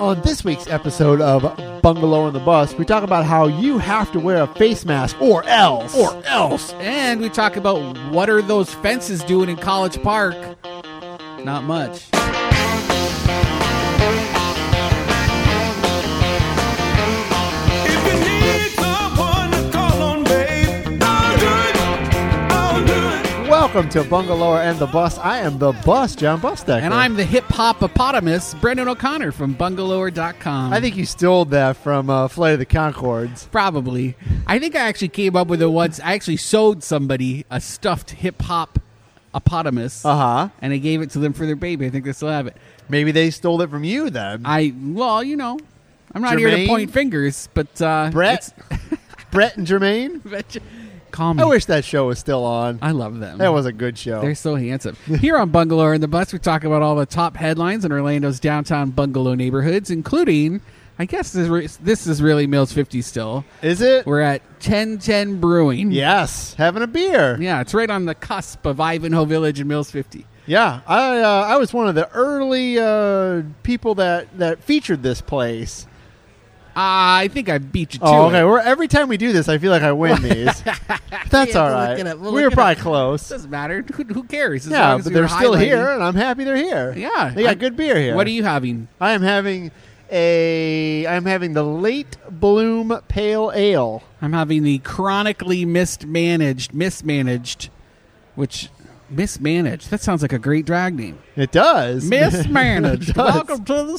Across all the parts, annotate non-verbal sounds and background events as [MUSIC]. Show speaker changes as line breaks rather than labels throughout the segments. On this week's episode of Bungalow on the Bus, we talk about how you have to wear a face mask or else.
Or else. And we talk about what are those fences doing in College Park? Not much.
If you need someone to call on, babe, I'll do it. I'll do it.
Welcome to Bungalow and the Bus. I am the bus, John Bustecker.
And I'm the hip hopopotamus, Brendan O'Connor from bungalower.com.
I think you stole that from uh, Flight of the Concords.
probably. I think I actually came up with it once. I actually sold somebody a stuffed hip hop opotamus.
Uh huh.
And I gave it to them for their baby. I think they still have it.
Maybe they stole it from you then.
I, well, you know, I'm not here to
Jermaine?
point fingers, but. Uh,
Brett, Brett and Jermaine.
it's- [LAUGHS] Call me.
I wish that show was still on.
I love them.
That was a good show.
They're so handsome. Here on Bungalow in the Bus, we talk about all the top headlines in Orlando's downtown bungalow neighborhoods, including, I guess this, re- this is really Mills 50 still.
Is it?
We're at 1010 Brewing.
yes, having a beer.
Yeah, it's right on the cusp of Ivanhoe Village and Mills 50.
Yeah, I uh, I was one of the early uh, people that that featured this place.
Ah, I think I beat you to
Oh, okay.
it.
We're, every time we do this, I feel like I win
[LAUGHS]
these. That's all right.
it up. We'll
we
look
were
it
probably
up.
close.
Doesn't matter. Who, who cares? As long
Yeah,
as
but
we were
they're still
highlighting-
here, and I'm happy they're here.
Yeah,
they got
I-
good beer here.
What are you having?
I am having a. I'm having the late bloom pale ale.
I'm having the chronically mismanaged, mismanaged, which mismanaged. That sounds like a great drag name.
It does. It
[LAUGHS] Mismanaged.
does.
Welcome to the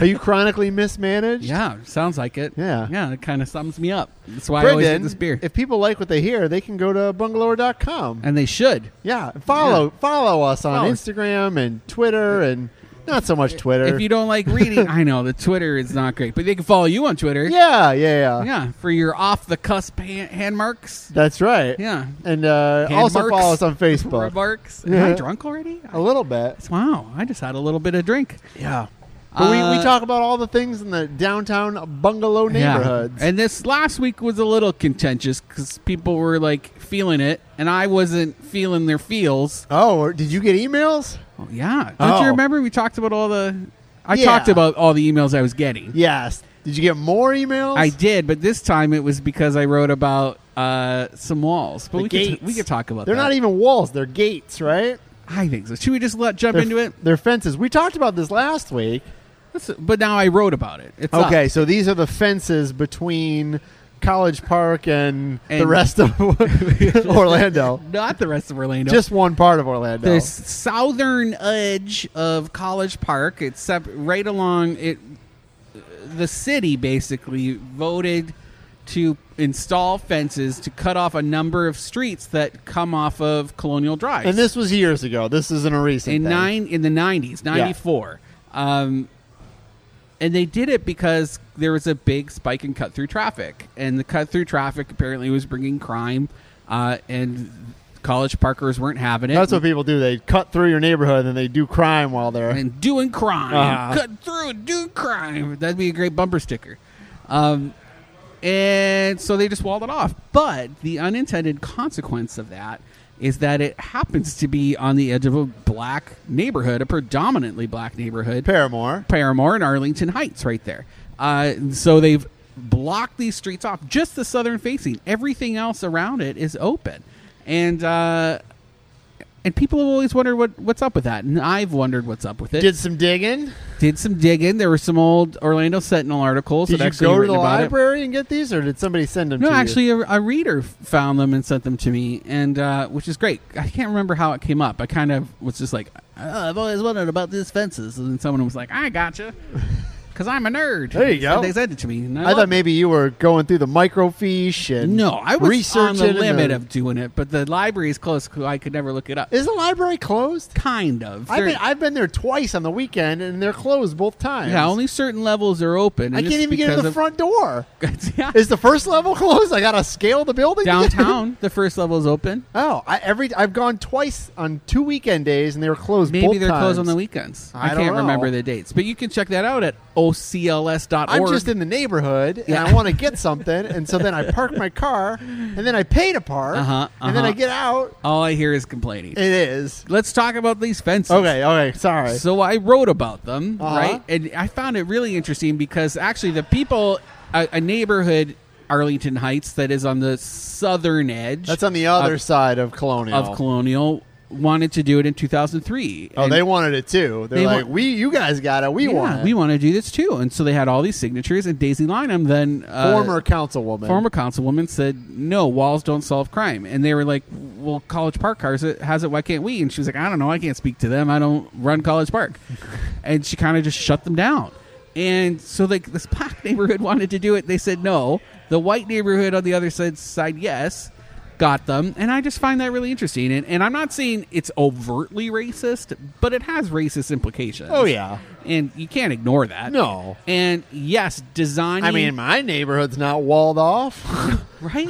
[LAUGHS] Are you chronically mismanaged?
Yeah, sounds like it.
Yeah.
yeah, it kind of sums me up. That's why I always get
Brendan,
this beer,
if people like what they hear, they can go to bungalower.com.
and they should.
Yeah, follow follow us on
Oh.
Instagram and Twitter and not so much Twitter.
If you don't
[LAUGHS]
like reading, I know the Twitter is not great, but they can follow you on Twitter.
yeah, yeah, yeah,
yeah, for your off the cusp hand, hand marks.
That's right.
Yeah,
And uh,
Hand
also
marks.
follow us
[LAUGHS]
on Facebook.
remarks. Am I
Yeah.
drunk already?
A little bit.
Wow, I just had a little bit of drink.
Yeah. But we,
Uh,
we talk about all the things in the downtown bungalow neighborhoods.
And this last week was a little contentious because people were like feeling it, and I wasn't feeling their feels.
oh, or- did you get emails?
Oh, yeah,
Oh.
don't you remember we talked about all the? I
Yeah.
talked about all the emails I was getting.
Yes. Did you get more emails?
I did, but this time it was because I wrote about uh, some walls. But
The
we could,
gates.
we could talk about.
They're
that.
not even walls; they're gates, right?
I think so. Should we just let jump
They're,
into it?
They're fences. We talked about this last week.
That's- but now I wrote about it. It's up.
Okay, so these are the fences between College Park and, the
And-
rest
[LAUGHS]
of Orlando.
not the rest of Orlando.
Just one part of Orlando.
the southern edge of College Park. It's sep- right along it. The city basically voted to install fences to cut off a number of streets that come off of Colonial Drive.
and this was years ago. This isn't a recent
in
thing.
nine in the nineties, ninety four. Um, and they did it because there was a big spike in cut through traffic, and the cut through traffic apparently was bringing crime, uh, and college parkers weren't having it.
That's what people do. They cut through your neighborhood and they do crime while they're.
and doing crime,
Uh-huh.
cut through and doing crime. That'd be a great bumper sticker. Um, and so they just walled it off. But the unintended consequence of that is that it happens to be on the edge of a black neighborhood, a predominantly black neighborhood,
Paramore.
Paramore and Arlington Heights, right there. Uh, so they've blocked these streets off, just the southern facing. Everything else around it is open, and. Uh, and people have always wondered what, what's up with that, and I've wondered what's up with it
Did some digging.
did some digging. There were some old Orlando Sentinel articles.
Did
that
you
actually
go to the
written about it.
library and get these, or did somebody send them?
No,
to
actually, a, a reader f- found them and sent them to me, and uh, which is great. I can't remember how it came up. I kind of was just like, oh, I've always wondered about these fences, and then someone was like, I gotcha, [LAUGHS] because I'm a nerd.
There you
So
go.
they sent it to me. and
you? I
loved
thought maybe you were going through the microfiche
it.
and
no, I was on
researching
the
and uh,
limit of doing it, but the library is close. 'cause I could never look it up.
Is the library closed?
kind of.
I've
There-
been I've been there twice on the weekend, and they're closed both times.
yeah, only certain levels are open. and
I can't
it's
even get to
because
the
of-
front door.
[LAUGHS] yeah.
Is the first level [LAUGHS] closed? I gotta scale the building to get-
downtown. the first level is open.
[LAUGHS] Oh, I, every I've gone twice on two weekend days, and they were closed.
Maybe
both
they're closed
times.
on the weekends.
I
I,
don't
can't
know.
remember the dates, but you can check that out at o OCLS.org.
I'm just in the neighborhood and
Yeah.
I want to get something, and so
[LAUGHS]
then I park my car, and then I pay to park,
Uh-huh,
and then I
uh-huh.
get out.
All I hear is complaining.
It is
Let's talk about these fences.
okay. Okay, sorry.
So I wrote about them,
Uh-huh.
right? And I found it really interesting because actually the people, a, a neighborhood, Arlington Heights, that is on the southern edge
That's on the other side of Colonial.
uh, of Colonial, wanted to do it in 2003.
Oh,
And-
they wanted it too. They're
They
like,
want-
we, you guys got it. We
yeah,
want it.
we want to do this too. And so they had all these signatures, and Daisy Lynham then uh,
former councilwoman.
former councilwoman said, "No, walls don't solve crime." And they were like, "Well, College Park has it. Has it? Why can't we?" And she was like, "I don't know. I can't speak to them. I don't run
[LAUGHS]
College Park." and she kind of just shut them down. And so, like this black neighborhood [LAUGHS] wanted to do it, they said no. The white neighborhood on the other side side yes. Got them, and I just find that really interesting. And, and I'm not saying it's overtly racist, but it has racist implications.
Oh yeah.
and you can't ignore that.
No.
and yes, designing.
I mean, my neighborhood's not walled
[LAUGHS]
off. [LAUGHS]
Right?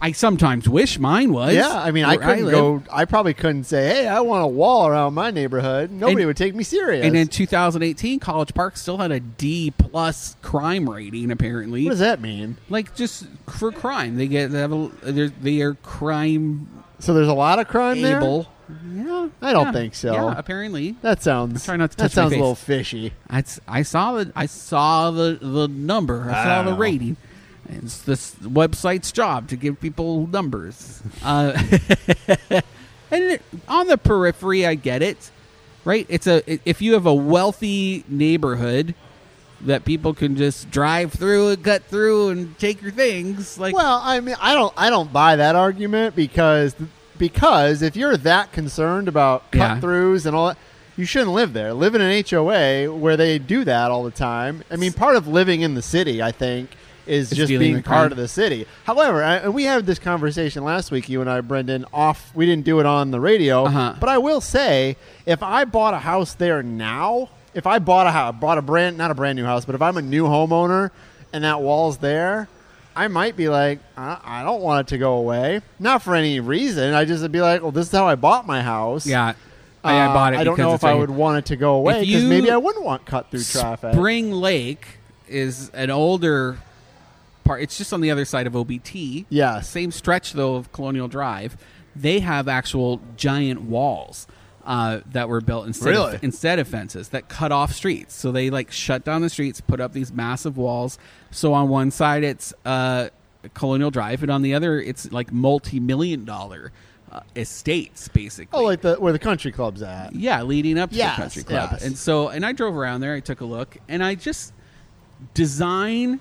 I sometimes wish mine was.
yeah, I mean, I
where
couldn't
live.
go. I probably couldn't say, "Hey, I want a wall around my neighborhood." Nobody
And-
would take me serious.
And in 2018, College Park still had a D plus crime rating. Apparently,
what does that mean?
like just for crime, they get they have a, they're, they are crime
So there's a lot of crime there.
able. Yeah,
I don't
yeah,
think so.
Yeah, apparently,
That sounds.
trying not to
that
touch my
sounds a
face.
little fishy.
I, I saw the I saw the the number. I,
I
saw
don't
the
know.
rating. It's this website's job to give people numbers. Uh, [LAUGHS] and it- on the periphery, I get it. Right? It's a if you have a wealthy neighborhood that people can just drive through and cut through and take your things. Like,
Well, I mean, I don't, I don't buy that argument because, because if you're that concerned about
Yeah.
cut throughs and all that, you shouldn't live there. Live in an HOA where they do that all the time. I mean, part of living in the city, I think, is
Is
just
dealing
being
with
part
crime.
of the city. However, I, and we had this conversation last week, you and I, Brendan. Off, we didn't do it on the radio,
Uh-huh.
but I will say, if I bought a house there now, if I bought a house, bought a brand, not a brand new house, but if I'm a new homeowner and that wall's there, I might be like, I, I don't want it to go away. Not for any reason. I just would be like, well, this is how I bought my house.
yeah, I, I
Uh,
bought it.
I don't
because
know
it's
if I
right
would want it to go away because
you
maybe I wouldn't want cut through traffic.
Spring Lake is an older part. It's just on the other side of OBT.
Yes.
Same stretch though of Colonial Drive. They have actual giant walls uh, that were built instead
Really?
of, instead of fences that cut off streets. So they like shut down the streets, put up these massive walls. So on one side it's uh, Colonial Drive, and on the other it's like multi-million dollar uh, estates, basically.
Oh, like the where the country club's at.
Yeah, leading up to
Yes,
the country club.
yes.
And so and I drove around there, I took a look, and I just design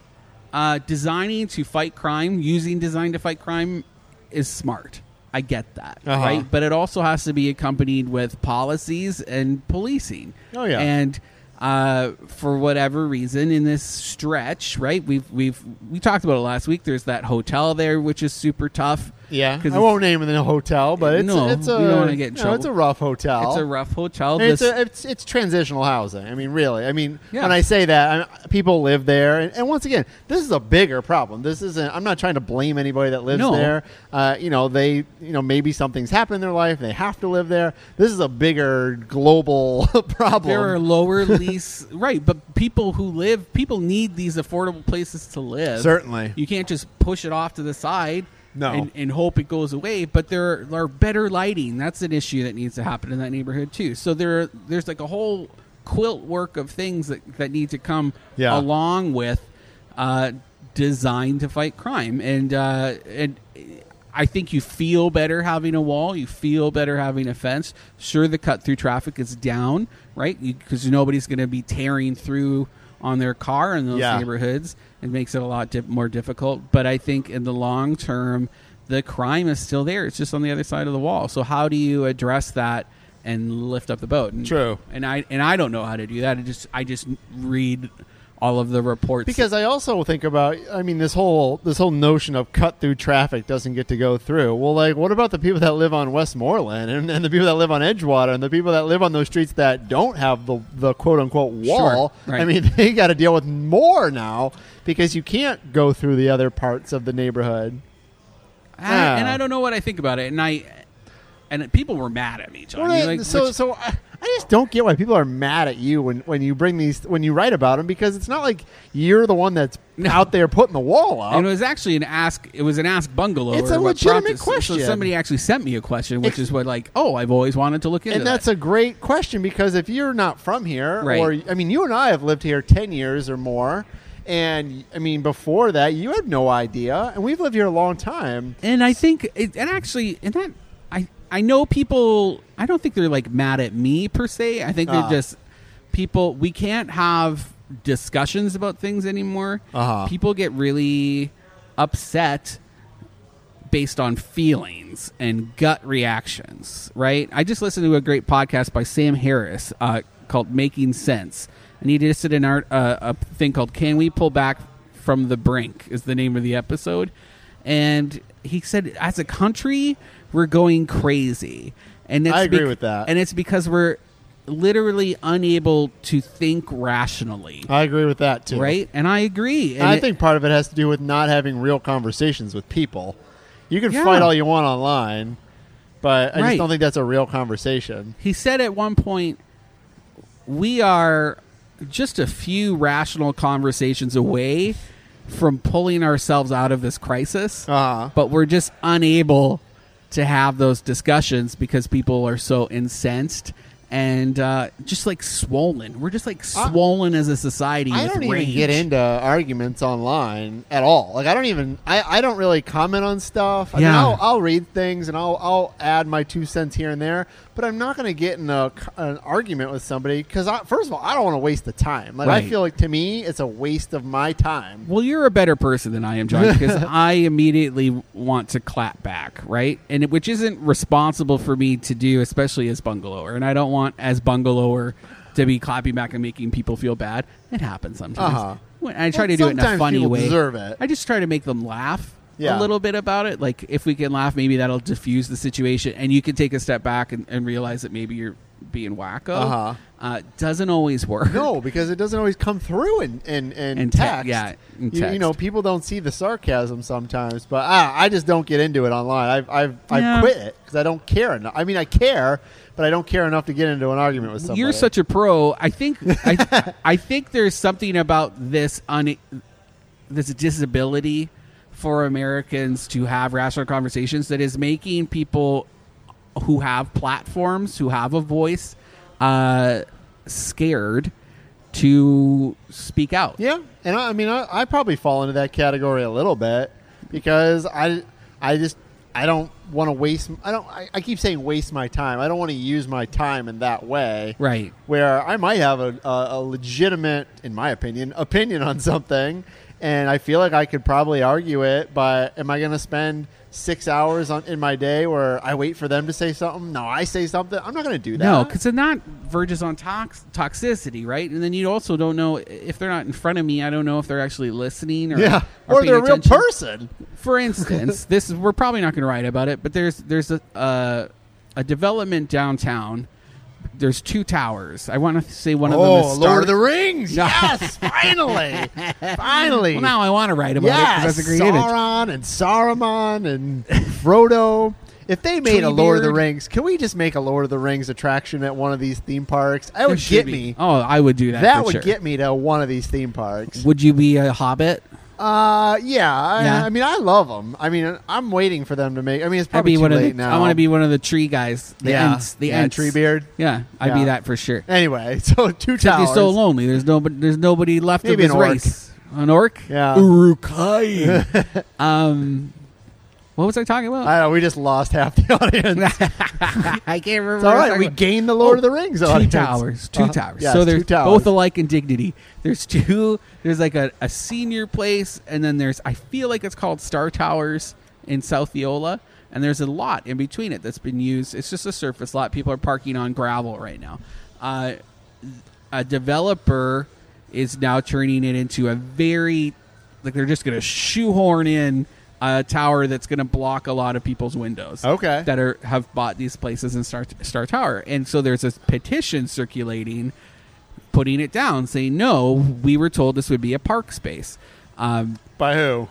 uh, designing to fight crime, using design to fight crime is smart. I get that.
Uh-huh.
Right? But it also has to be accompanied with policies and policing.
Oh, yeah.
And uh, for whatever reason in this stretch, right? We've we've we talked about it last week. There's that hotel there which is super tough.
Yeah,
'Cause
I
it's-
won't name the hotel, but it's
No,
it's a
we don't wanna get in
no, it's
trouble.
a rough hotel.
it's a rough hotel.
And It's,
This-
a, it's it's transitional housing. I mean, really. I mean,
Yeah.
when I say that, I, people live there, and, and once again, this is a bigger problem. This isn't. I'm not trying to blame anybody that lives
No.
there. Uh, you know, they, you know, maybe something's happened in their life. They have to live there. This is a bigger global [LAUGHS] problem.
There
[LAUGHS]
are lower lease, right? But people who live, people need these affordable places to live.
Certainly.
you can't just push it off to the side.
No.
and, and hope it goes away. But there are, there are better lighting. That's an issue that needs to happen in that neighborhood too. So there, are- there's like a whole quilt work of things that that need to come
Yeah.
along with uh, design to fight crime. And uh, and I think you feel better having a wall. You feel better having a fence. Sure, the cut through traffic is down, right? Because nobody's going to be tearing through on their car in those
Yeah.
neighborhoods. It makes it a lot di- more difficult. But I think in the long term, the crime is still there. It's just on the other side of the wall. So how do you address that? And lift up the boat. And,
True.
And I and I don't know how to do that. I just I just read all of the reports
because I also think about I mean this whole this whole notion of cut through traffic doesn't get to go through. Well, like what about the people that live on Westmoreland and, and the people that live on Edgewater and the people that live on those streets that don't have the the quote unquote wall?
Sure, right.
I mean [LAUGHS] they got to deal with more now because you can't go through the other parts of the neighborhood.
I, and
Oh.
I don't know what I think about it. And I, and people were mad at me, John.
Well,
You're
then,
like,
so,
which-
so I, I just don't get why people are mad at you when, when you bring these when you write about them because it's not like you're the one that's
No.
out there putting the wall up.
and it was actually an ask. It was an ask bungalow.
It's
or
a
what
legitimate
prompted- so-
question.
So somebody actually sent me a question, which
Ex-
is what like, oh, I've always wanted to look into.
and that's
that.
a great question because if you're not from here,
Right.
or I mean, you and I have lived here ten years or more, and I mean, before that, you had no idea, and we've lived here a long time.
and I think it, and actually, and that I I know people. I don't think they're like mad at me per se. I think they're
Ah.
just people. We can't have discussions about things anymore.
Uh-huh.
People get really upset based on feelings and gut reactions, right? I just listened to a great podcast by Sam Harris uh, called "Making Sense," and he just did an art uh, a thing called "Can We Pull Back from the Brink?" is the name of the episode, and he said, as a country, we're going crazy, and it's
I agree
bec-
with that.
and it's because we're literally unable to think rationally.
I agree with that too.
Right, and I agree.
And I
it-
think part of it has to do with not having real conversations with people. You can
Yeah.
fight all you want online, but I
Right.
just don't think that's a real conversation.
he said at one point we are just a few rational conversations away from pulling ourselves out of this crisis
Uh-huh.
but we're just unable to have those discussions because people are so incensed and uh, just like swollen we're just like swollen as a society
I
with
don't
rage.
even get into arguments online at all. Like I don't even I, I don't really comment on stuff. I
Yeah.
mean, I'll, I'll read things and I'll I'll add my two cents here and there, but I'm not going to get in a, c- an argument with somebody because first of all, I don't want to waste the time. Like
Right.
I feel like to me, it's a waste of my time.
Well, you're a better person than I am, John, because
[LAUGHS]
I immediately want to clap back, right? And it, which isn't responsible for me to do, especially as bungalower. And I don't want as bungalower to be clapping back and making people feel bad. It happens sometimes.
Uh-huh.
When I try
Well,
to do it in a
sometimes
funny
people
way.
deserve it.
I just try to make them laugh a
Yeah.
little bit about it. Like if we can laugh, maybe that'll diffuse the situation, and you can take a step back and, and realize that maybe you're being wacko.
Uh-huh.
Uh, doesn't always [LAUGHS] work.
No, because it doesn't always come through in in, in,
In te-
text.
yeah, in
You- You,
text.
know, people don't see the sarcasm sometimes, but ah, I, I just don't get into it online. I've I've,
Yeah.
I've quit it because I don't care enough. I mean, I care, but I don't care enough to get into an argument with somebody.
You're such a pro. I think
[LAUGHS]
I, I think there's something about this un, this disability for Americans to have rational conversations that is making people who have platforms, who have a voice, uh, scared to speak out.
Yeah, and I, I mean, I, I probably fall into that category a little bit because I, I just I don't want to waste. I don't. I, I keep saying waste my time. I don't want to use my time in that way.
Right.
Where I might have a, a, a legitimate, in my opinion, opinion on something, and I feel like I could probably argue it. But am I going to spend six hours on, in my day where I wait for them to say something? No, I say something. I'm not going to do that.
No, because then that verges on tox- toxicity, right? And then you also don't know if they're not in front of me. I don't know if they're actually listening or
yeah, or
paying
they're a real
attention.
person. [LAUGHS]
for instance, this is, we're probably not going to write about it, but there's there's a uh, a development downtown. There's two towers. I want to say one of them
Oh,
is
Lord of the
Star-
Rings! Yes,
[LAUGHS]
finally, finally.
Well, now I want to write about
yes,
it because that's a great image.
Sauron and Saruman and Frodo. If they made a Lord of the
Treebeard.
Rings, can we just make a Lord of the Rings attraction at one of these theme parks? That would
There should
get
be-
me.
Oh, I would do that.
That
for
would
sure.
get me to one of these theme parks.
Would you be a hobbit?
Uh, yeah. I,
Yeah.
I mean, I love them. I mean, I'm waiting for them to make. I mean, it's
I'd
probably
be
too
one of
late
the,
now.
I want to be one of the tree guys. The
yeah,
Ents, the
yeah,
Ents.
Treebeard.
Yeah, I'd be
Yeah.
that for sure.
Anyway, [LAUGHS] so two
Except
towers.
he's so lonely. There's nobody. There's nobody left
Maybe
of his
an orc.
race. An orc.
Yeah.
Urukai.
[LAUGHS]
um, what was I talking about?
I don't know. We just lost half the [LAUGHS] audience.
I can't remember.
It's all right. We gained the Lord of the Rings.
Oh, Two
audience.
towers. Two
Uh,
towers.
yes,
so there's
two towers.
both alike in dignity. There's two. There's like a, a senior place, and then there's I feel like it's called Star Towers in South Eola, and there's a lot in between it that's been used. It's just a surface lot. People are parking on gravel right now. Uh, a developer is now turning it into a very like they're just going to shoehorn in a tower that's going to block a lot of people's windows.
Okay.
That are have bought these places in Star Star Tower. And so there's a petition circulating putting it down saying no, we were told this would be a park space. Um,
By who?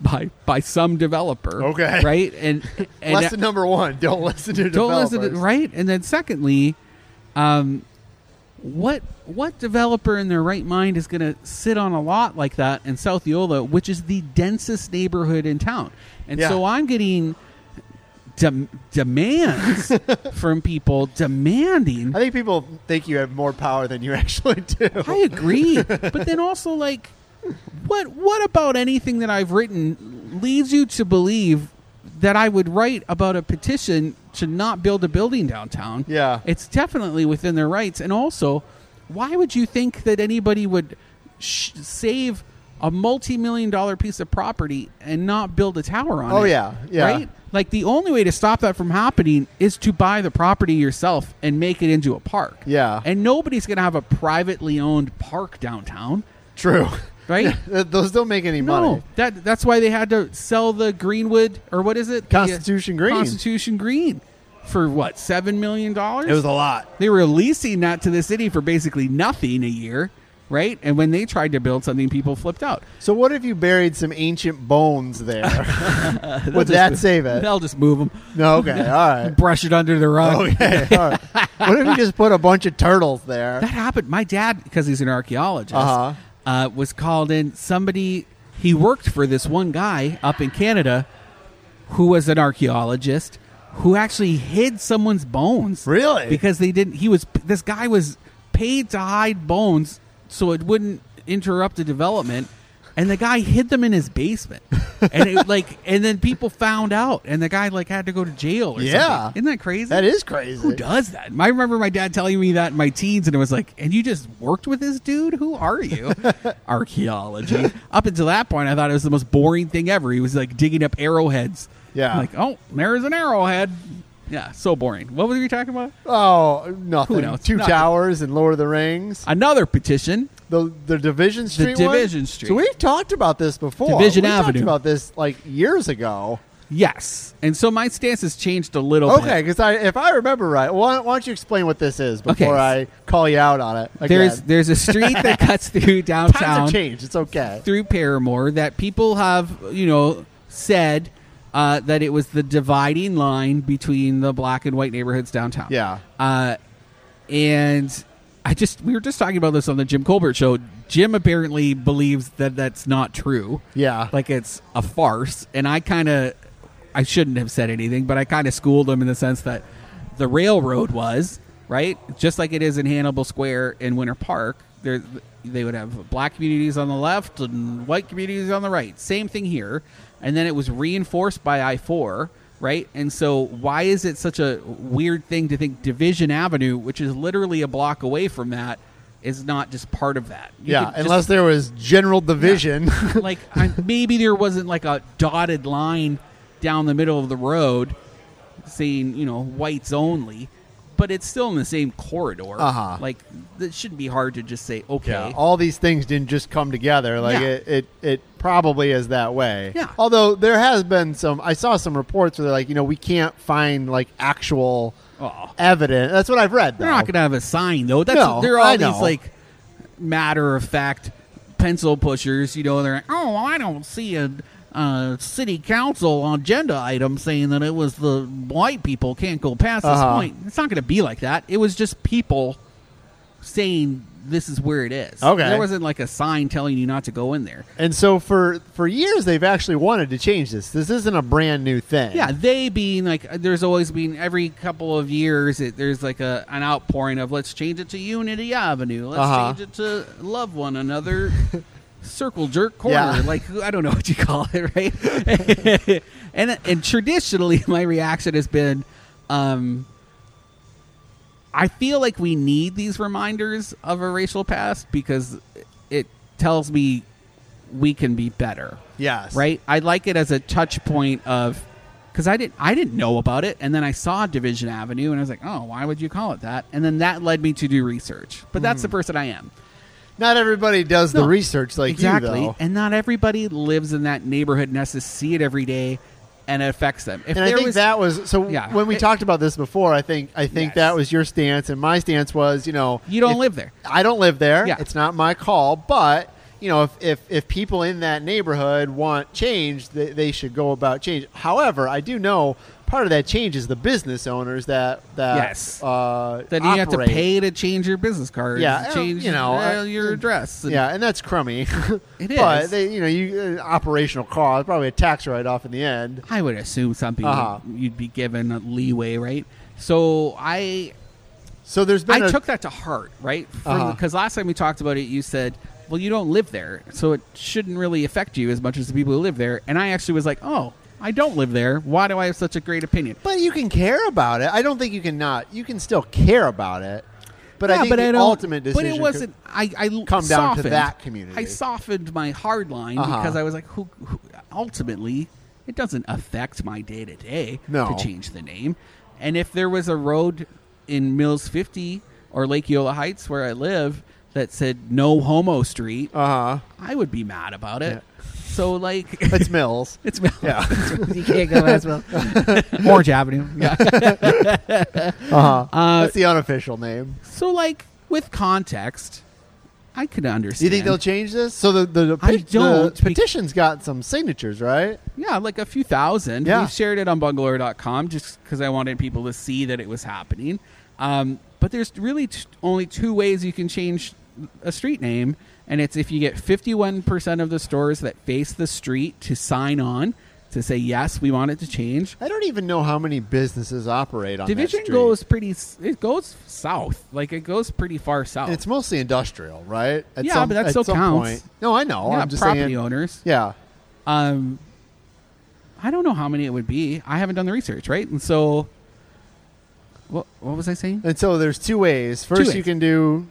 by by some developer.
Okay.
right?
[LAUGHS]
And, and
Lesson number one: Don't listen to
don't
developers.
listen to right. And then secondly, um, what what developer in their right mind is going to sit on a lot like that in South Yola, which is the densest neighborhood in town? And
Yeah.
so I'm getting. Dem- demands from people demanding
I think people think you have more power than you [LAUGHS] actually do.
[LAUGHS] I agree. but then also like what what about anything that I've written leads you to believe that I would write about a petition to not build a building downtown?
Yeah.
It's definitely within their rights and also why would you think that anybody would sh- save a multi-million dollar piece of property and not build a tower on it?
Oh, yeah. Yeah.
Right? Like the only way to stop that from happening is to buy the property yourself and make it into a park.
Yeah.
And nobody's going to have a privately owned park downtown,
True.
right?
[LAUGHS] Th- Those don't make any money.
No, that that's why they had to sell the Greenwood or what is it? The, uh,
Constitution Green.
Constitution Green for what? 7 million dollars?
It was a lot.
they were leasing that to the city for basically nothing a year, right? And when they tried to build something, people flipped out.
So what if you buried some ancient bones
[LAUGHS]
there? [LAUGHS] Would that save it?
They'll just move them,
No. Okay. All right.
[LAUGHS] brush it under the
Oh,
rug.
Okay. All right. What if you just put a bunch of turtles there?
That happened. My dad, because he's an archeologist,
Uh-huh.
uh, was called in. Somebody he worked for this one guy up in Canada, who was an archaeologist, who actually hid someone's bones.
Really?
Because they didn't. He was this guy was paid to hide bones so it wouldn't interrupt the development. And the guy hid them in his basement,
[LAUGHS]
and it, like, and then people found out, and the guy like had to go to jail. Or
Yeah.
something. isn't that crazy?
That is crazy.
Who does that? I remember my dad telling me that in my teens, and it was like, and you just worked with this dude? Who
[LAUGHS]
are you? Archaeology. Up until that point, I thought it was the most boring thing ever. He was like digging up arrowheads.
Yeah.
I'm like, oh, there's an arrowhead. Yeah, so boring. What were we talking about?
Oh, nothing.
Who knows?
Two
Nothing.
towers and Lord of the Rings.
Another petition.
the the Division Street. one?
Division Street.
So we've talked about this before.
Division
we talked
Avenue.
about this like years ago.
Yes. And so my stance has changed a little
Okay,
bit.
because I, if I remember right, why, why don't you explain what this is
Okay.
before I call you out on it? Again.
There's, there's a street
[LAUGHS]
that cuts through
times
downtown.
have changed. It's okay.
through Paramore that people have, you know, said uh, that it was the dividing line between the black and white neighborhoods downtown.
Yeah.
Uh, and I just, we were just talking about this on the Jim Colbert show. Jim apparently believes that that's not true.
Yeah.
Like it's a farce. And I kind of, I shouldn't have said anything, but I kind of schooled him in the sense that the railroad was, right? Just like it is in Hannibal Square in Winter Park. There, they would have black communities on the left and white communities on the right. Same thing here. And then it was reinforced by I 4, right? And so, why is it such a weird thing to think Division Avenue, which is literally a block away from that, is not just part of that? You
yeah,
could just-
unless there was general
[LAUGHS]
division.
like I, maybe there wasn't like a dotted line down the middle of the road saying you know whites only but it's still in the same corridor
Uh-huh.
like it shouldn't be hard to just say okay
Yeah, all these things didn't just come together. Like
Yeah.
it, it, it probably is that way.
Yeah.
Although there has been some, I saw some reports where they're like, you know, we can't find like actual
Oh.
evidence. That's what I've read. Though.
they're not gonna have a sign though that's
No,
they're all
I
these
know.
like matter of fact pencil pushers you know they're like oh well, i don't see a uh, city council agenda item saying that it was the white people can't go past this
Uh-huh.
point it's not going to be like that it was just people saying this is where it is
Okay.
there wasn't like a sign telling you not to go in there
And so for for years they've actually wanted to change this. This isn't a brand new thing.
Yeah, they being like, there's always been every couple of years, it, there's like a an outpouring of let's change it to Unity Avenue, let's
Uh-huh.
change it to love one
[LAUGHS]
another, circle jerk corner,
Yeah.
like I don't know what you call it, [LAUGHS] right? [LAUGHS] and and traditionally, my reaction has been, um, I feel like we need these reminders of a racial past because it tells me we can be better
Yes.
right? I like it as a touch point of because I didn't I didn't know about it, and then I saw Division Avenue, and I was like, oh, why would you call it that? And then that led me to do research. But that's the person I am,
Not everybody does
No.
Hmm. the research like
exactly.
you though.
and not everybody lives in that neighborhood and has to see it every day, and it affects them. If
And I
there
think
was
that was so.
Yeah.
When we
It-
talked about this before, I think I think
Yes.
that was your stance, and my stance was, you know,
you don't
if-
live there,
I don't live there.
Yeah.
It's not my call, but you know, if, if, if people in that neighborhood want change, they, they should go about change. However, I do know part of that change is the business owners that that
Yes.
uh,
That you have to
operate.
pay to change your business card,
Yeah,
to
I don't-
change
you know,
uh,
I-
your address. and-
Yeah, and that's crummy. [LAUGHS]
It
But
is.
they, you know, you uh, operational cost probably a tax write off in the end.
I would assume something
Uh-huh.
you'd, you'd be given a leeway, right? So I
So there's been
I
a-
took that to heart, right?
Uh-huh.
Because last time we talked about it, you said, "Well, you don't live there, so it shouldn't really affect you as much as the people who live there." And I actually was like, "Oh, I don't live there. Why do I have such a great opinion?"
but you can care about it. I don't think you can not. You can still care about it. But I
Yeah,
think the
don't-
ultimate decision.
But it
could-
wasn't. I, I
down to
softened,
that community.
I softened my hard line
Uh-huh.
because I was like, who, who? Ultimately, it doesn't affect my day to day
No.
to change the name. And if there was a road in Mills Fifty or Lake Yola Heights where I live that said no homo street,
Uh huh.
I would be mad about it. So like,
[LAUGHS]
It's Mills.
[LAUGHS] it's
yeah.
you can't go as
[LAUGHS]
well. Orange Avenue. [LAUGHS]
Uh-huh.
Uh,
That's the unofficial name.
so like with context, I could understand.
Do you think they'll change this? So the the, the,
I
pe-
don't,
the petition's got some signatures, right?
Yeah, like a few thousand.
Yeah.
We shared it on bungalow.com just because I wanted people to see that it was happening. Um, but there's really t- only two ways you can change a street name, and it's if you get 51% of the stores that face the street to sign on to say, yes, we want it to change.
I don't even know how many businesses operate on
Division
that street.
goes pretty, s- it goes south. Like it goes pretty far south.
And it's mostly industrial, right? At
Yeah,
some,
but that
at
still
some
counts.
Point. No, I know.
yeah,
I'm just
property
saying.
owners.
Yeah,
Um, I don't know how many it would be. I haven't done the research, right? And so, what what was I saying?
and so there's two ways. First, you
ways.
can do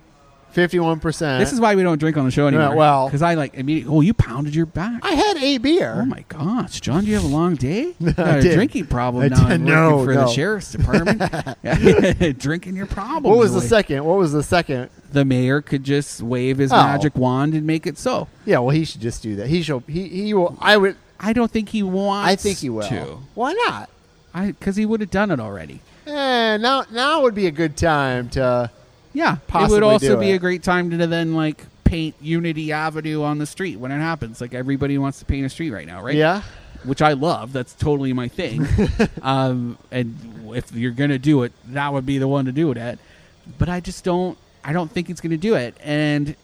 fifty-one percent.
This is why we don't drink on the show anymore.
well-
because I like immediately. Oh, you pounded your back.
I had a beer.
oh my gosh, John, do you have a long day?
[LAUGHS]
You Got a
did.
drinking problem
I
now.
did.
and
No,
working for
no. [LAUGHS]
the sheriff's department. [LAUGHS] drinking your problem.
what was the second? What was the second?
The mayor could just wave his
Oh.
magic wand and make it so.
Yeah, well, he should just do that. He shall. He he will. I would.
I don't think he wants.
I think he will.
to.
Why not?
I because he would have done it already.
Eh, now now would be a good time to.
Yeah, it
possibly
would also
do
be
it.
a great time to then like paint Unity Avenue on the street when it happens. Like everybody wants to paint a street right now, right?
Yeah.
which I love. That's totally
[LAUGHS]
my thing. um, and if you're gonna do it, that would be the one to do it at. But I just don't. I don't think it's gonna do it. And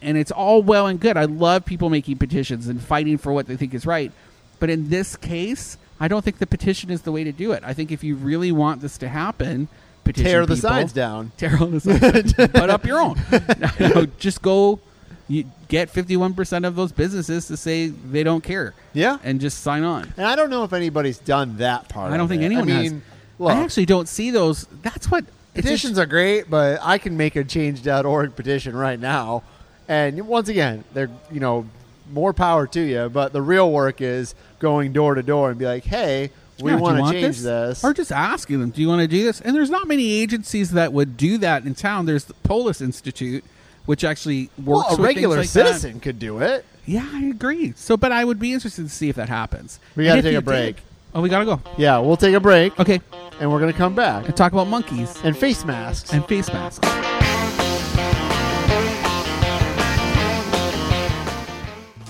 and it's all well and good. I love people making petitions and fighting for what they think is right. But in this case, I don't think the petition is the way to do it. I think if you really want this to happen, petition
Tear the
people,
signs down.
Tear
[LAUGHS]
all the signs. down. Put up your own. [LAUGHS] No, just go. You get fifty-one percent of those businesses to say they don't care
Yeah.
and just sign on.
And I don't know if anybody's done that part.
I don't
of
think
it.
anyone
I
has.
mean, Look,
I actually don't see those. That's what it's
petitions are great, but I can make a change.org petition right now. And once again, they're you know more power to you. But the real work is going door to door and be like, hey, we
Yeah, do you
want to
want
change this.
Or just asking them, do you want to do this? And there's not many agencies that would do that in town. There's the Polis Institute, which actually
well,
works
a
with
regular
things like that.
citizen could do it.
Yeah, I agree. So, but I would be interested to see if that happens.
We
And
gotta
if
take
you
a break.
did- oh, we gotta go.
Yeah, we'll take a break
Okay,
and we're gonna come back
and talk about monkeys
and face masks.
and face masks.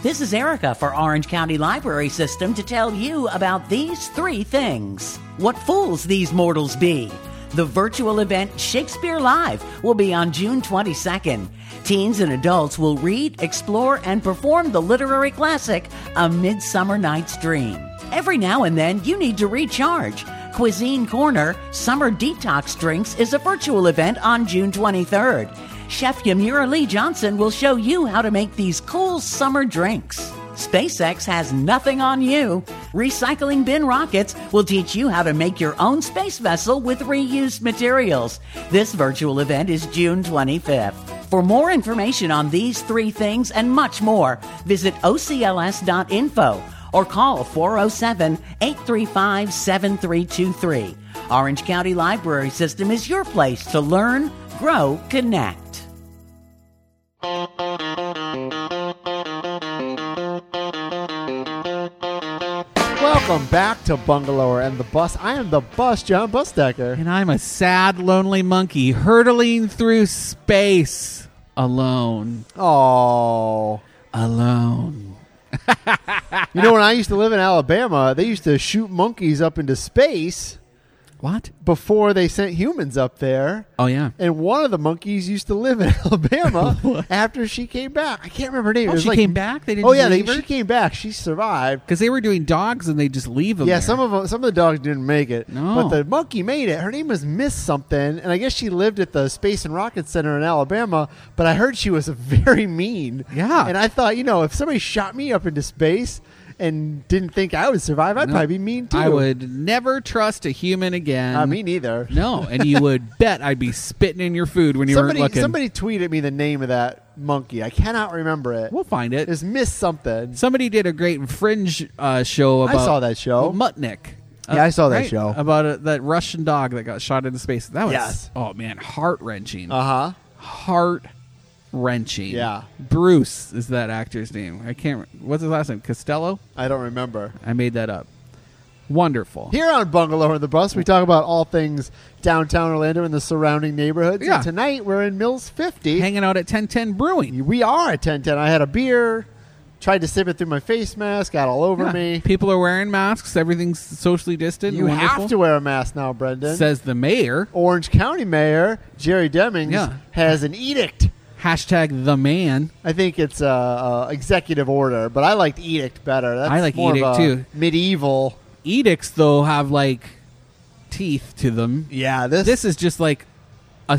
This is Erica for Orange County Library System to tell you about these three things. What fools these mortals be! The virtual event Shakespeare Live will be on June 22nd. Teens and adults will read, explore, and perform the literary classic A Midsummer Night's Dream. Every now and then, you need to recharge. Cuisine Corner Summer Detox Drinks is a virtual event on June 23rd. Chef Yamira Lee Johnson will show you how to make these cool summer drinks. SpaceX has nothing on you. Recycling Bin Rockets will teach you how to make your own space vessel with reused materials. This virtual event is June 25th. For more information on these three things and much more, visit ocls.info or call 407 835 7323. Orange County Library System is your place to learn, grow, connect.
Welcome back to Bungalower and the Bus. I am the Bus, John Bustecker.
And I'm a sad, lonely monkey hurtling through space alone.
Oh,
alone.
You know, when I used to live in Alabama, they used to shoot monkeys up into space
What?
before they sent humans up there.
Oh yeah.
And one of the monkeys used to live in [LAUGHS]
[LAUGHS]
Alabama after she came back. I can't remember her name.
Oh,
it was
she
like-
came back? They didn't
Oh yeah, they,
leave her?
she came back. She survived.
Because they were doing dogs and they just leave them.
Yeah,
there.
some of 'em- some of the dogs didn't make it,
No.
but the monkey made it. Her name was Miss something, and I guess she lived at the Space and Rocket Center in Alabama. But I heard she was [LAUGHS] very mean.
Yeah.
and I thought, you know, if somebody shot me up into space and didn't think I would survive, I'd
No.
probably be mean too.
I would never trust a human again.
Uh, me neither.
No, and
[LAUGHS]
you would bet I'd be spitting in your food when you
Somebody,
weren't looking.
somebody tweeted me the name of that monkey. I cannot remember it.
we'll find it.
It's Miss something.
Somebody did a great fringe uh, show
I
about.
saw that show.
Mutnik. Uh,
Yeah, I saw that show.
about uh that Russian dog that got shot into space. That was
Yes.
oh man, heart wrenching,
Uh huh.
heart wrenching.
Yeah.
Bruce is that actor's name. I can't. re- What's his last name? Costello.
I don't remember.
I made that up. Wonderful.
Here on Bungalow and the Bus, we talk about all things downtown Orlando and the surrounding neighborhoods.
Yeah.
And tonight we're in Mills 50.
Hanging out at ten ten brewing.
we are at 1010. I had a beer, tried to sip it through my face mask, got all over
Yeah.
me.
People are wearing masks. Everything's socially distant.
You
Wonderful.
have to wear a mask now, Brendan.
Says the mayor.
Orange County Mayor Jerry Demings
Yeah.
has an edict.
Hashtag the man.
I think it's uh, uh, executive order, but I liked edict better. That's
I like
more of
edict,
a
too.
Medieval.
Edicts though have like teeth to them.
Yeah,
This is just like a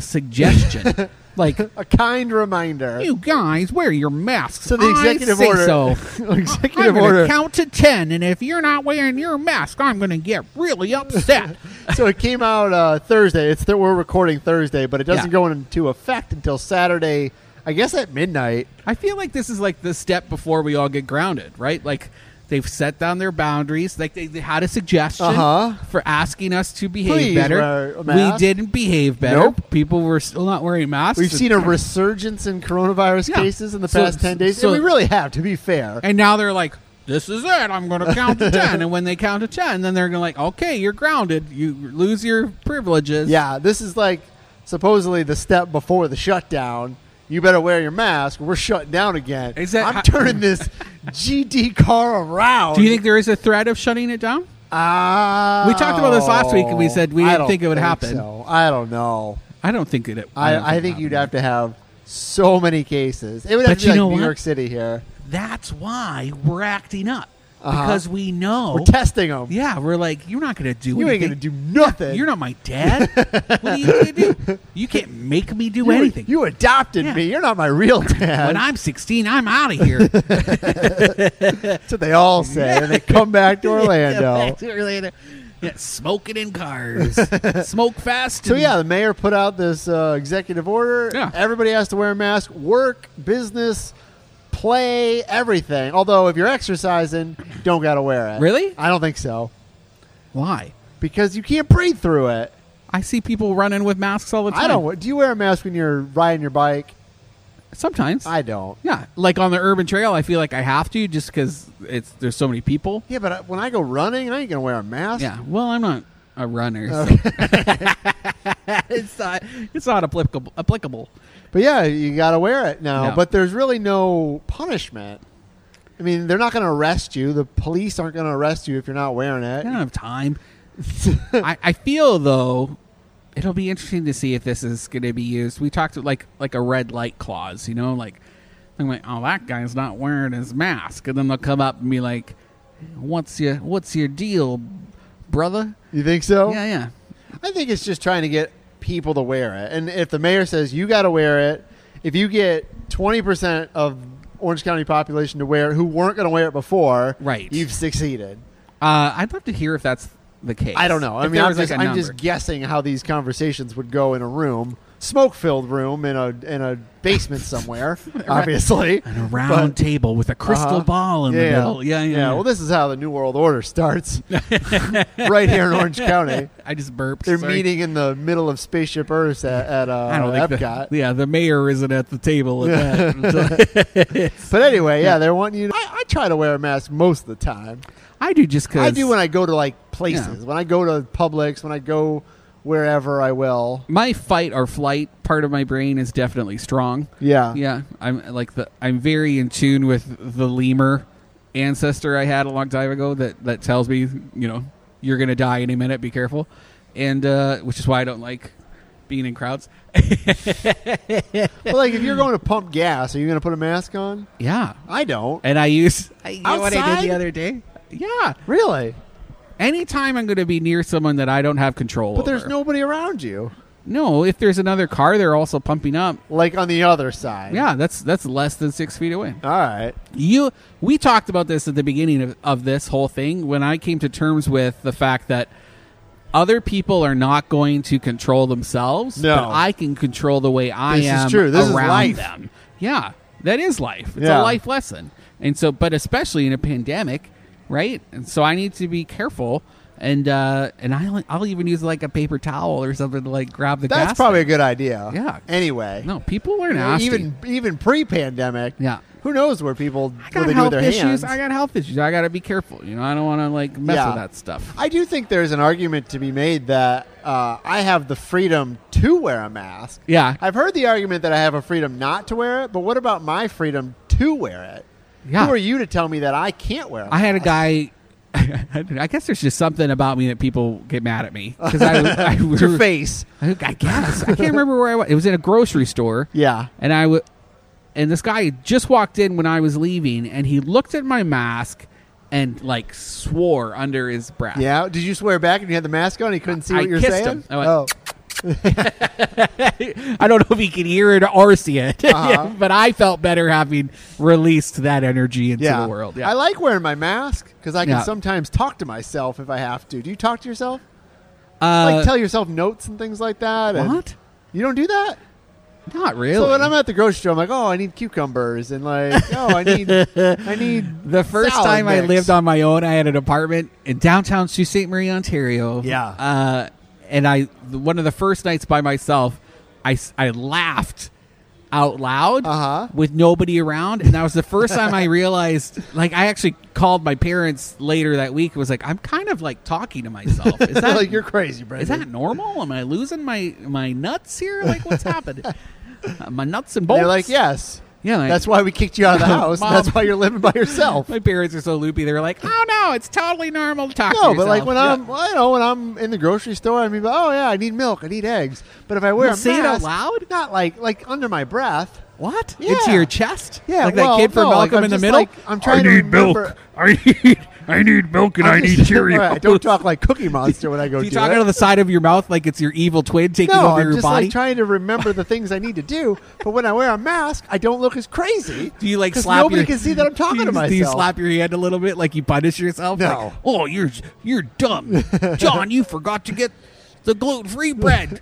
[LAUGHS]
suggestion. like
a kind reminder.
you guys wear your masks.
So the executive
I say
order,
So.
[LAUGHS]
I'm
executive
gonna
order.
count to ten, and if you're not wearing your mask, I'm gonna get really upset.
So it came out uh, Thursday. It's that we're recording Thursday, but it doesn't
Yeah.
go into effect until Saturday. I guess at midnight.
[LAUGHS] I feel like this is like the step before we all get grounded, right? Like they've set down their boundaries. Like they, they had a suggestion
Uh-huh.
for asking us to behave
Please
better.
wear a
We
mask.
didn't behave better.
Nope.
People were still not wearing masks.
We've seen a resurgence in coronavirus
Yeah.
cases in the
So-
past ten days,
so-
and we really have, to be fair.
and now they're like, "This is it. I'm going to [LAUGHS] count to ten. And when they count to ten, then they're going to like, "Okay, you're grounded. You lose your privileges."
yeah, this is like supposedly the step before the shutdown. You better wear your mask. We're shutting down again.
Is that-
I'm turning this GD car around.
Do you think there is a threat of shutting it down?
Ah,
We talked about this last week, and we said we
I
didn't
don't
think it would happen.
so. I don't know.
I don't think it. don't
I, I think
that
you'd
would-
have to have so many cases. It would have
But
to be
you
like
know
New
what?
York City here.
That's why we're acting up because we know.
Uh-huh. We're testing them.
Oh. yeah, we're like, you're not going to do.
you ain't
anything.
gonna do nothing.
You're not my dad. what are you going to do? You can't make me
[LAUGHS]
do
you,
anything.
You adopted
Yeah.
me. You're not my real
[LAUGHS]
dad.
when I'm 16, I'm out
[LAUGHS]
of here.
That's what they all say, and they come back
[LAUGHS]
to Orlando.
Back to Orlando. Yeah, smoking in
[LAUGHS]
cars. Smoke fast.
So
and-
yeah, the mayor put out this uh, executive order.
Yeah.
Everybody has to wear a mask. Work, business, play, everything. Although if you're exercising, don't gotta wear it.
Really?
I don't think so
Why?
because you can't breathe through it.
I see people running with masks all the time.
I don't. Do you wear a mask when you're riding your bike?
Sometimes.
I don't.
yeah, like on the urban trail, I feel like I have to just because it's there's so many people.
Yeah, but I- when I go running, I ain't gonna wear a mask.
Yeah. Well, I'm not a runner. so- [LAUGHS] it's not. It's not applicable. Applicable.
But yeah, you gotta wear it now.
No.
But there's really no punishment. I mean, they're not gonna arrest you. The police aren't gonna arrest you if you're not wearing
I
it.
don't have time. I, I feel though, it'll be interesting to see if this is going to be used. We talked like like a red light clause, you know, like I'm like, oh, that guy's not wearing his mask, and then they'll come up and be like, what's your what's your deal, brother?
You think so?
Yeah, yeah.
I think it's just trying to get people to wear it. And if the mayor says you gotta wear it, if you get twenty percent of Orange County population to wear it who weren't gonna wear it before,
Right.
You've succeeded.
Uh, I'd love to hear if that's the case.
I don't know. I
If
mean,
there
I'm
was, like,
just,
a
I'm
number.
just guessing how these conversations would go in a room, smoke filled room in a in a
[LAUGHS]
basement somewhere, obviously.
a
But-
round table with a crystal
Uh-huh.
ball in the middle. Yeah, yeah. yeah.
Well, this is how the New World Order starts,
[LAUGHS]
right here in Orange County.
I just burped.
They're
sorry.
meeting in the middle of Spaceship Earth at, at uh,
I don't think
Epcot.
The, yeah, the mayor isn't at the table
[LAUGHS]
at that. Mm.
but anyway, yeah, they're wanting you. To, I, I try to wear a mask most of the time.
I do just because
I do when I go to like places,
Yeah.
when I go to Publix, when I go wherever I will.
my fight or flight part of my brain is definitely strong.
Yeah.
Yeah, I'm like the I'm very in tune with the lemur ancestor I had a long time ago that that tells me, you know, you're going to die any minute, be careful. And uh which is why I don't like being in crowds.
But like if you're going to pump gas, are you going to put a mask on?
yeah.
I don't.
And I use I, Uh, you know what I
Outside?
did the other day? Yeah.
Really?
Anytime I'm going to be near someone that I don't have control
But there's
over.
nobody around you.
No, if there's another car they're also pumping up.
Like on the other side.
Yeah, that's that's less than 6 feet away.
All right.
you we talked about this at the beginning of, of this whole thing when i came to terms with the fact that other people are not going to control themselves
No.
but i can control the way i
This is
am
true. This is
around
life.
them yeah that is life it's
Yeah.
a life lesson and so but especially in a pandemic right and so i need to be careful and uh and i'll, I'll even use like a paper towel or something to like grab the
That's
gas
probably a
thing.
good idea.
Yeah.
Anyway.
no people are nasty
Even even pre-pandemic.
Yeah.
Who knows where people
I
what
got
they do with
health
their
issues.
hands?
I got health issues. I got to be careful. You know, I don't want to like mess
Yeah.
with that stuff.
I do think there's an argument to be made that uh, I have the freedom to wear a mask.
Yeah.
I've heard the argument that I have a freedom not to wear it, but what about my freedom to wear it?
Yeah.
Who are you to tell me that I can't wear a
I had a
mask?
guy. [LAUGHS] I guess there's just something about me that people get mad at me because I,
[LAUGHS]
I,
It's your face.
I guess I can't remember where I was. It was in a grocery store.
Yeah.
and I w- and this guy had just walked in when I was leaving, and he looked at my mask and like swore under his breath.
Yeah. Did you swear back and you had the mask on and he couldn't see
I
what you're
kissed
saying?
him. I went,
oh.
I don't know if he could hear it or see it, [LAUGHS]
Uh-huh.
but I felt better having released that energy into
Yeah.
the world. Yeah.
I like wearing my mask because I can
Yeah.
sometimes talk to myself if I have to. Do you talk to yourself?
Uh,
like tell yourself notes and things like that? and-
What?
You don't do that?
Not really.
So when I'm at the grocery store, I'm like, oh, I need cucumbers, and like, oh, I need,
[LAUGHS]
I need.
the first
salad
time I
mix. [LAUGHS]
lived on my own, I had an apartment in downtown Sault Ste. Marie, Ontario.
Yeah.
Uh, and I, one of the first nights by myself, I, s- I laughed out loud
Uh-huh.
with nobody around. And that was the first time
[LAUGHS]
I realized, like, I actually called my parents later that week and was like, I'm kind of like talking to
[LAUGHS]
myself. Is that
like you're crazy,
is
Brendan.
that normal? Am I losing my my nuts here? Like,
[LAUGHS]
what's happened? Uh, my nuts and bolts.
They're like, yes,
Yeah, like-
that's why we kicked you out of
[LAUGHS]
the house.
Mom.
That's why you're living by
[LAUGHS]
yourself.
My parents are so loopy. They're like, "Oh no, it's totally normal to talk." to
No, but like
yourself."
when
Yeah.
I'm, well, you know, when I'm in the grocery store, I mean, oh yeah, I need milk, I need eggs. But if I wear
You
a
say it out
mask,
loud?
not like like under my breath.
what
Yeah.
into your chest?
Yeah,
like
well,
that kid
no,
from
like,
Malcolm
I'm
in the
just,
Middle.
like, I'm trying to remember.
I need I need milk and
I'm
i need
[LAUGHS] just-
Cheerios.
Right, don't talk like Cookie Monster
[LAUGHS]
when I go
Do you
do
talk
it.
out of the side of your mouth like it's your evil twin taking
No,
over
I'm
your
just
body?
like trying to remember
[LAUGHS]
the things I need to do. But when I wear a mask, I don't look as crazy.
do you like
'cause
slap?
Nobody
your-
can see that I'm talking
[LAUGHS] do you,
to myself.
Do you slap your hand a little bit like you punish yourself?
No.
Like, oh, you're you're dumb, John. You forgot to get the gluten
[LAUGHS]
free bread.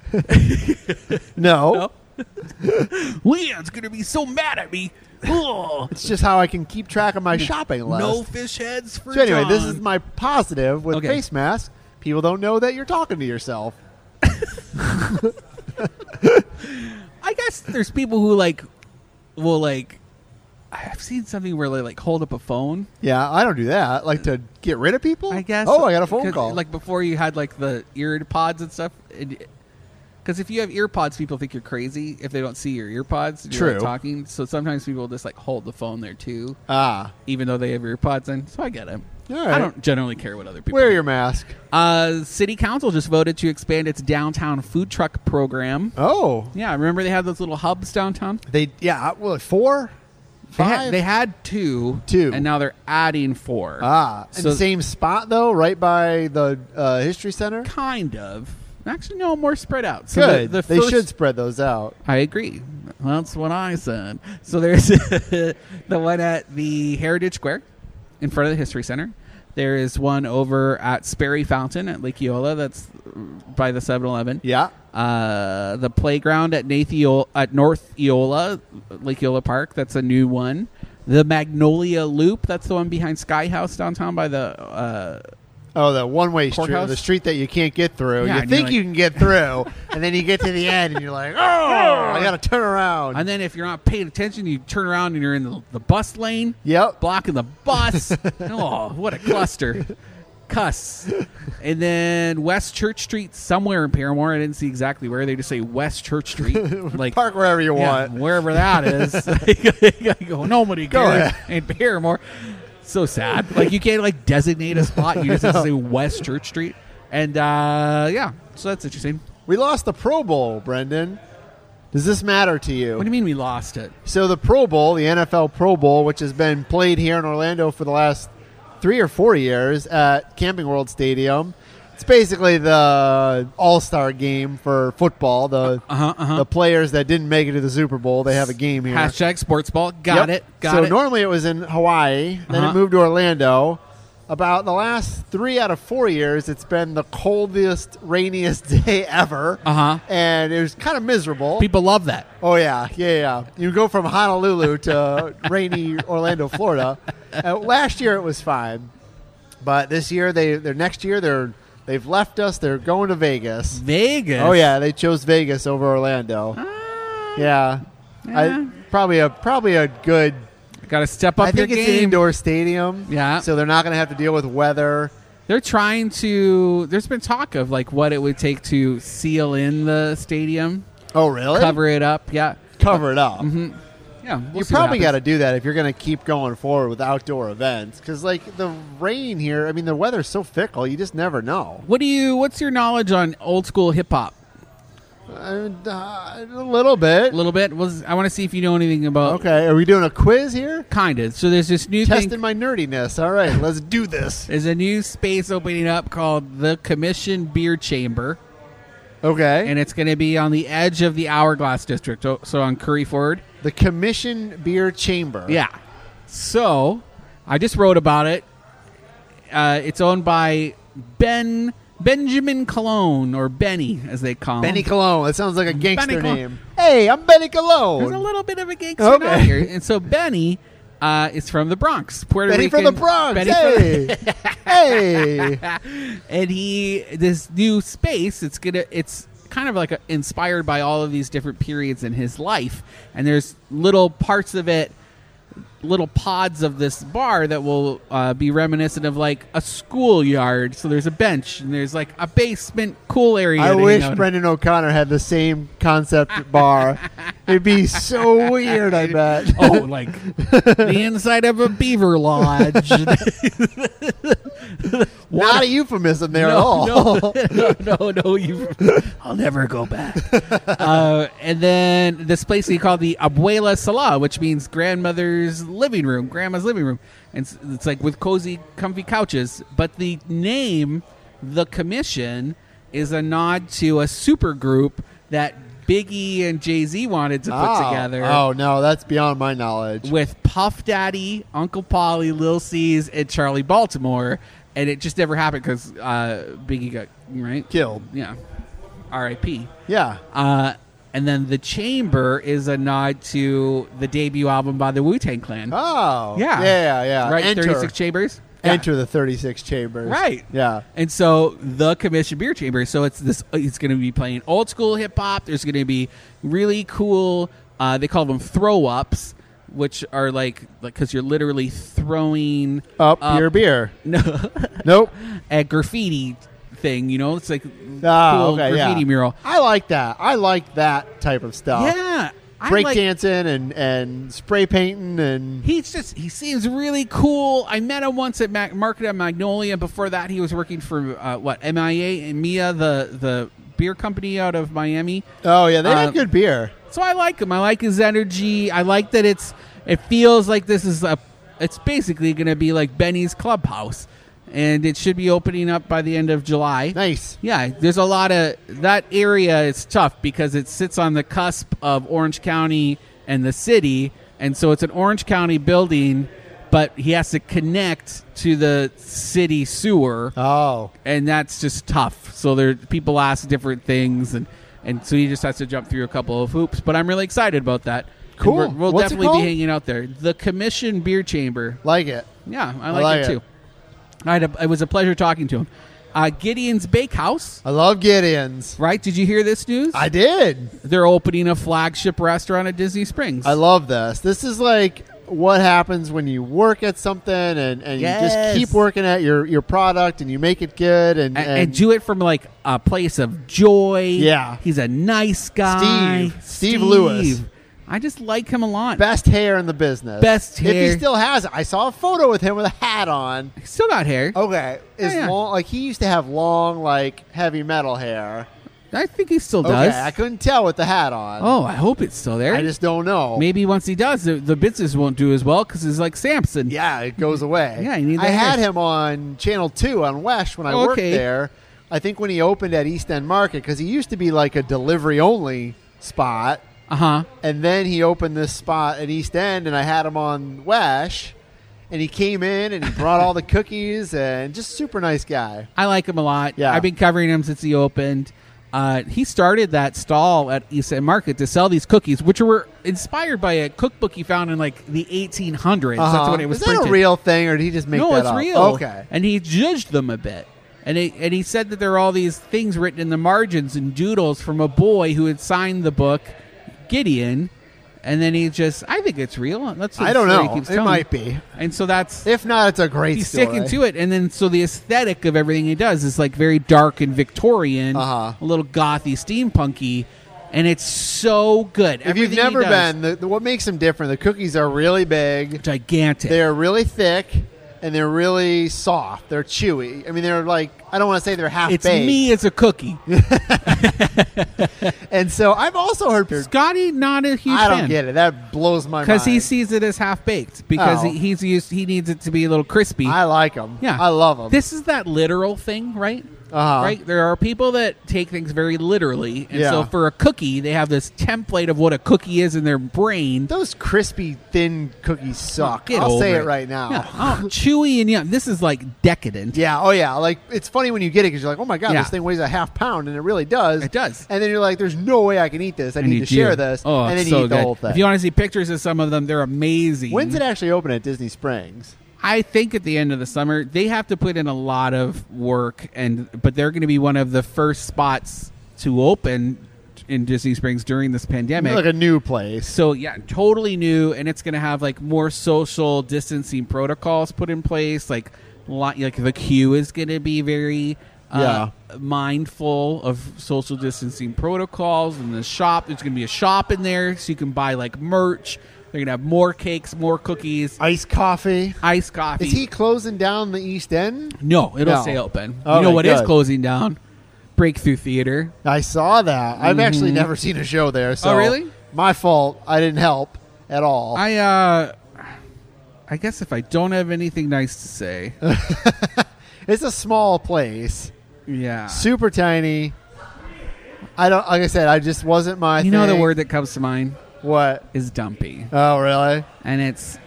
No,
Leon's gonna be so mad at me. Oh,
[LAUGHS] it's just how I can keep track of my shopping list.
no fish heads for
so anyway, this
John.
is my positive with
Okay.
face mask. People don't know that you're talking to yourself.
I guess there's people who like will like I've seen something where they like hold up a phone.
Yeah, I don't do that. Like to get rid of people.
I guess.
Oh, I got a phone
'Cause,
call.
Like before, you had like the ear pods and stuff. Because if you have ear pods, people think you're crazy if they don't see your ear pods. and you're, like,
True.
talking. So sometimes people just like hold the phone there too,
ah,
even though they have ear pods in. So I get it.
All
I
right.
don't generally care what other people.
wear
think.
your mask.
Uh, city council just voted to expand its downtown food truck program.
Oh,
Yeah, remember they had those little hubs downtown.
they yeah. Well, four,
They
five.
had, they had two,
Two.
and now they're adding four.
ah, in
So-
the same spot though, right by the uh, history center.
kind of. Actually, no, more spread out. So
Good.
The, the
they
first,
should spread those out.
I agree. That's what I said. So there's [LAUGHS] the one at the Heritage Square in front of the History Center. There is one over at Sperry Fountain at Lake Eola. That's uh, by the 7-Eleven.
Yeah.
Uh, the playground at Nath Eola, at North Eola, Lake Eola Park. That's a new one. The Magnolia Loop. That's the one behind Sky House downtown by the uh,
Oh, the one way street,
Courthouse?
the street that you can't get through.
Yeah,
you
and you're
think
like-
you can get through, [LAUGHS] and then you get to the end, and you're like, oh,
[LAUGHS]
I got to turn around.
And then if you're not paying attention, you turn around and you're in the, the bus lane.
Yep. [LAUGHS]
Blocking the bus. oh, what a cluster. cuss. And then West Church Street, somewhere in Paramore. I didn't see exactly where. They just say West
[LAUGHS]
Church Street. Like
Park wherever you
yeah,
want.
wherever
[LAUGHS]
that is. [LAUGHS] I go, nobody cares
ahead.
in Paramore. So sad. Like you can't like designate a spot. You
[LAUGHS]
just have to say West Church Street. And uh, yeah, so that's interesting.
We lost the Pro Bowl, Brendan. Does this matter to you?
What do you mean we lost it?
So the Pro Bowl, the NFL Pro Bowl, which has been played here in Orlando for the last three or four years at Camping World Stadium. It's basically the All-Star game for football. The
Uh-huh, uh-huh.
the players that didn't make it to the Super Bowl, they have a game here.
Hashtag sports ball. Got
Yep.
it. Got
so
it.
normally it was in Hawaii, then
Uh-huh.
it moved to Orlando. About the last three out of four years, it's been the coldest, rainiest [LAUGHS] day ever,
Uh-huh.
and it was kind of miserable.
People love that.
Oh yeah, yeah, yeah. You go from Honolulu to rainy Orlando, Florida. Uh, last year it was fine, but this year they they're next year they're they've left us. They're going to Vegas.
Vegas.
Oh yeah, they chose Vegas over Orlando. yeah,
Ah. yeah.
I, probably a probably a good.
Got to step up
I think
your
it's an
game.
indoor stadium.
Yeah.
so they're not going to have to deal with weather.
They're trying to. There's been talk of like what it would take to seal in the stadium,
Oh really?
cover it up. Yeah,
cover it
Mm-hmm.
up.
yeah. we'll
you
see what
probably
happens.
got to do that if you're going to keep going forward with outdoor events because like the rain here i mean the weather's so fickle you just never know
What do you? What's your knowledge on old school hip hop?
uh, a little bit
A little bit. Was I want to see if you know anything about?
okay are we doing a quiz here
Kinda. So there's this new
testing
thing.
my nerdiness all right let's do this
There's a new space opening up called the Commission Beer Chamber,
okay
and it's going to be on the edge of the Hourglass District, o- so on Curry Ford.
the commission beer chamber
Yeah. So I just wrote about it. Uh, it's owned by Ben Benjamin Cologne or Benny, as they call
benny
him.
cologne that sounds like a gangster
Cologne.
name hey i'm benny cologne
There's a little bit of a gangster
Okay.
out here, and so Benny uh, is from the Bronx, Puerto
benny from
Rican.
the bronx
Benny from-
hey
[LAUGHS]
hey
and he this new space it's gonna it's kind of like a, inspired by all of these different periods in his life and there's little parts of it little pods of this bar that will uh, be reminiscent of like a schoolyard so there's a bench and there's like a basement cool area
I
to hang
wish
out in.
Brendan O'Connor had the same
[LAUGHS]
concept bar. It'd be so weird, I bet.
Oh, like [LAUGHS] the inside of a beaver lodge.
[LAUGHS] Not a euphemism there at all.
No, [LAUGHS] no, no, no, you. [LAUGHS] I'll never
[LAUGHS]
go back. uh, and then this place he called the Abuela Sala, which means grandmother's living room, grandma's living room, and it's, it's like with cozy, comfy couches. But the name, the Commission, is a nod to a super group that Biggie and Jay Z wanted to put
[LAUGHS] Oh.
together.
Oh no, that's beyond my knowledge.
With Puff Daddy, Uncle Polly, Lil C's, and Charlie Baltimore, and it just never happened because uh, Biggie got right
Killed.
yeah. R.I.P.
Yeah.
Uh, and then The Chamber is a nod to the debut album by the Wu Tang Clan.
Oh.
Yeah.
Yeah. Yeah.
Right?
Enter.
36 Chambers? Yeah.
Enter the 36 chambers.
Right.
Yeah.
And so the Commission Beer Chamber. So it's this. It's going to be playing old school hip hop. There's going to be really cool. Uh, they call them throw ups, which are like like because you're literally throwing
Up your beer.
[LAUGHS] no
Nope.
a graffiti thing. You know, it's like
Ah,
cool
okay, yeah.
graffiti mural.
I like that. I like that type of stuff.
Yeah, I like-
Breakdancing and and spray painting and
He's just he seems really cool. I met him once at Mac- Market at Magnolia. Before that, he was working for uh, what MIA and Mia, the the beer company out of Miami.
oh yeah, they
Uh,
had good beer.
So I like him. I like his energy. I like that it's it feels like this is a it's basically going to be like Benny's clubhouse, and it should be opening up by the end of July.
Nice.
Yeah, there's a lot of that area is tough because it sits on the cusp of Orange County and the city, and so it's an Orange County building, but he has to connect to the city sewer,
Oh.
and that's just tough. So there, people ask different things, and and so he just has to jump through a couple of hoops. But I'm really excited about that. And
Cool.
we're- we'll
What's it
definitely be
called?
hanging out there. The Commission Beer Chamber.
Like it.
Yeah, I like,
like
it,
it.
too. I had a, it was a pleasure talking to him. Uh, Gideon's Bakehouse
I love Gideon's.
Right? Did you hear this news?
I did.
They're opening a flagship restaurant at Disney Springs.
I love this. This is like what happens when you work at something and, and
Yes.
you just keep working at your, your product and you make it good and,
and, and do it from like a place of joy.
Yeah.
he's a nice guy.
Steve. Steve Lewis.
I just like him a lot.
best hair in the business.
Best
If
hair.
he still has it. I saw a photo with him with a hat on.
Still got hair.
Okay. Is
Yeah, yeah.
long like he used to have long like heavy metal hair.
I think he still
Okay,
does.
I couldn't tell with the hat on.
oh, I hope it's still there.
I just don't know.
Maybe once he does, the, the business won't do as well because it's like Samson.
Yeah, it goes away.
Yeah, you need
I
that
had
hair.
him on Channel Two on West when I worked
Okay.
there. I think when he opened at East End Market because he used to be like a delivery only spot,
Uh huh.
and then he opened this spot at East End, and I had him on Wesh, and he came in and he brought
[LAUGHS]
all the cookies and just super nice guy.
I like him a lot.
Yeah.
I've been covering him since he opened. Uh, he started that stall at East End Market to sell these cookies, which were inspired by a cookbook he found in like the 1800s. That's
Uh-huh.
when it was
Is that
printed.
a real thing, or did he just make
no,
that
it's
up?
real.
Okay,
And he judged them a bit. And he, and he said that there are all these things written in the margins and doodles from a boy who had signed the book, Gideon. And then he just, I think it's real. That's the
I don't
story he
know.
keeps
It
telling.
might be.
And so that's
If not, it's a great.
he's
story.
sticking to it and then so the aesthetic of everything he does is like very dark and victorian
Uh-huh.
a little gothy steampunky and it's so good
If you've
Everything he
never
does,
been, the, the, what makes them different? The cookies are really big.
gigantic
They're really thick and they're really soft. They're chewy. I mean, they're like I don't want to say they're half
it's
baked.
me as
[LAUGHS]
a cookie
And so I've also heard.
scotty not a huge
I don't
fan
get it. That blows my mind.
because he sees it as half baked because
Oh.
he, he's used he needs it to be a little crispy
I like them.
yeah
I love them.
this is that literal thing right
Uh-huh.
right there are people that take things very literally and
Yeah.
so for a cookie they have this template of what a cookie is in their brain
Those crispy thin cookies suck.
Get
I'll
over
say it right now.
Yeah.
Yeah.
Oh, chewy and yum. This is like decadent.
Oh yeah. Like it's funny when you get it because you're like, oh my god,
Yeah.
this thing weighs a half pound, and it really does.
It does.
And then you're like, there's no way I can eat this. I, need, to share this.
Oh,
and then
it's
you
so
eat the
good.
whole thing.
If you want to see pictures of some of them, they're amazing.
When's it actually open at Disney Springs?
I think at the end of the summer, they have to put in a lot of work, and but they're going to be one of the first spots to open in Disney Springs during this pandemic.
Like a new place.
So yeah, totally new, and it's gonna have like more social distancing protocols put in place. Like, lot, like the queue is gonna be very uh, mindful of social distancing protocols, and the shop. There's gonna be a shop in there, so you can buy like merch. They're gonna have more cakes, more cookies,
Iced coffee.
iced coffee.
Is he closing down the East End?
no, it'll
No.
stay open.
All
you know
right,
what is
good.
closing down? Breakthrough Theater.
I saw that. I've actually never seen a show there. So
Mm-hmm. Oh, really?
My fault. I didn't help at all.
I uh, I guess if I don't have anything nice to
[LAUGHS]
say,
it's a small place,
yeah.
super tiny. I don't. Like I said, I just wasn't my.
you know the
thing.
word that comes to mind
What?
is dumpy,
Oh, really?
and it's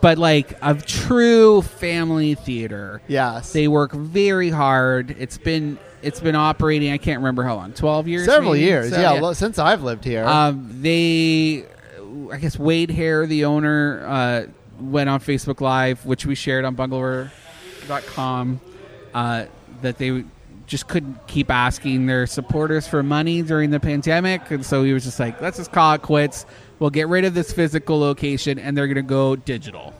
but like a true family theater.
Yes.
They work very hard. It's been it's been operating. I can't remember how long. Twelve years.
Several
maybe?
years.
So,
yeah, lo- since I've lived here.
Um, they, I guess Wade Hare, the owner, uh, went on Facebook Live, which we shared on bungalower.com, uh, that they just couldn't keep asking their supporters for money during the pandemic. And so he was just like, let's just call it quits. We'll get rid of this physical location and they're going to go digital.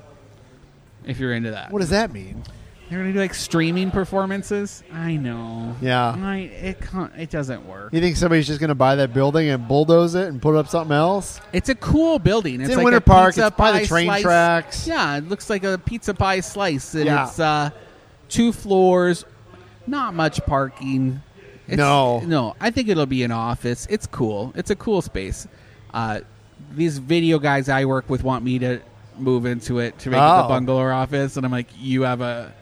If you're into that,
what does that mean?
they're going to do like streaming performances. I know.
Yeah.
I, it, can't, it doesn't work.
You think somebody's just going to buy that building and bulldoze it and put up something else?
It's a cool building. It's,
in
like
Winter
a
Park.
Pizza
It's by the
pie
train
slice.
tracks.
Yeah, it looks like a pizza pie slice, and
Yeah.
it's uh, two floors, not much parking. It's,
No.
no. I think it'll be an office. It's cool. It's a cool space. Uh, these video guys I work with want me to move into it to make it
Oh.
the bungalow office, and I'm like, you have a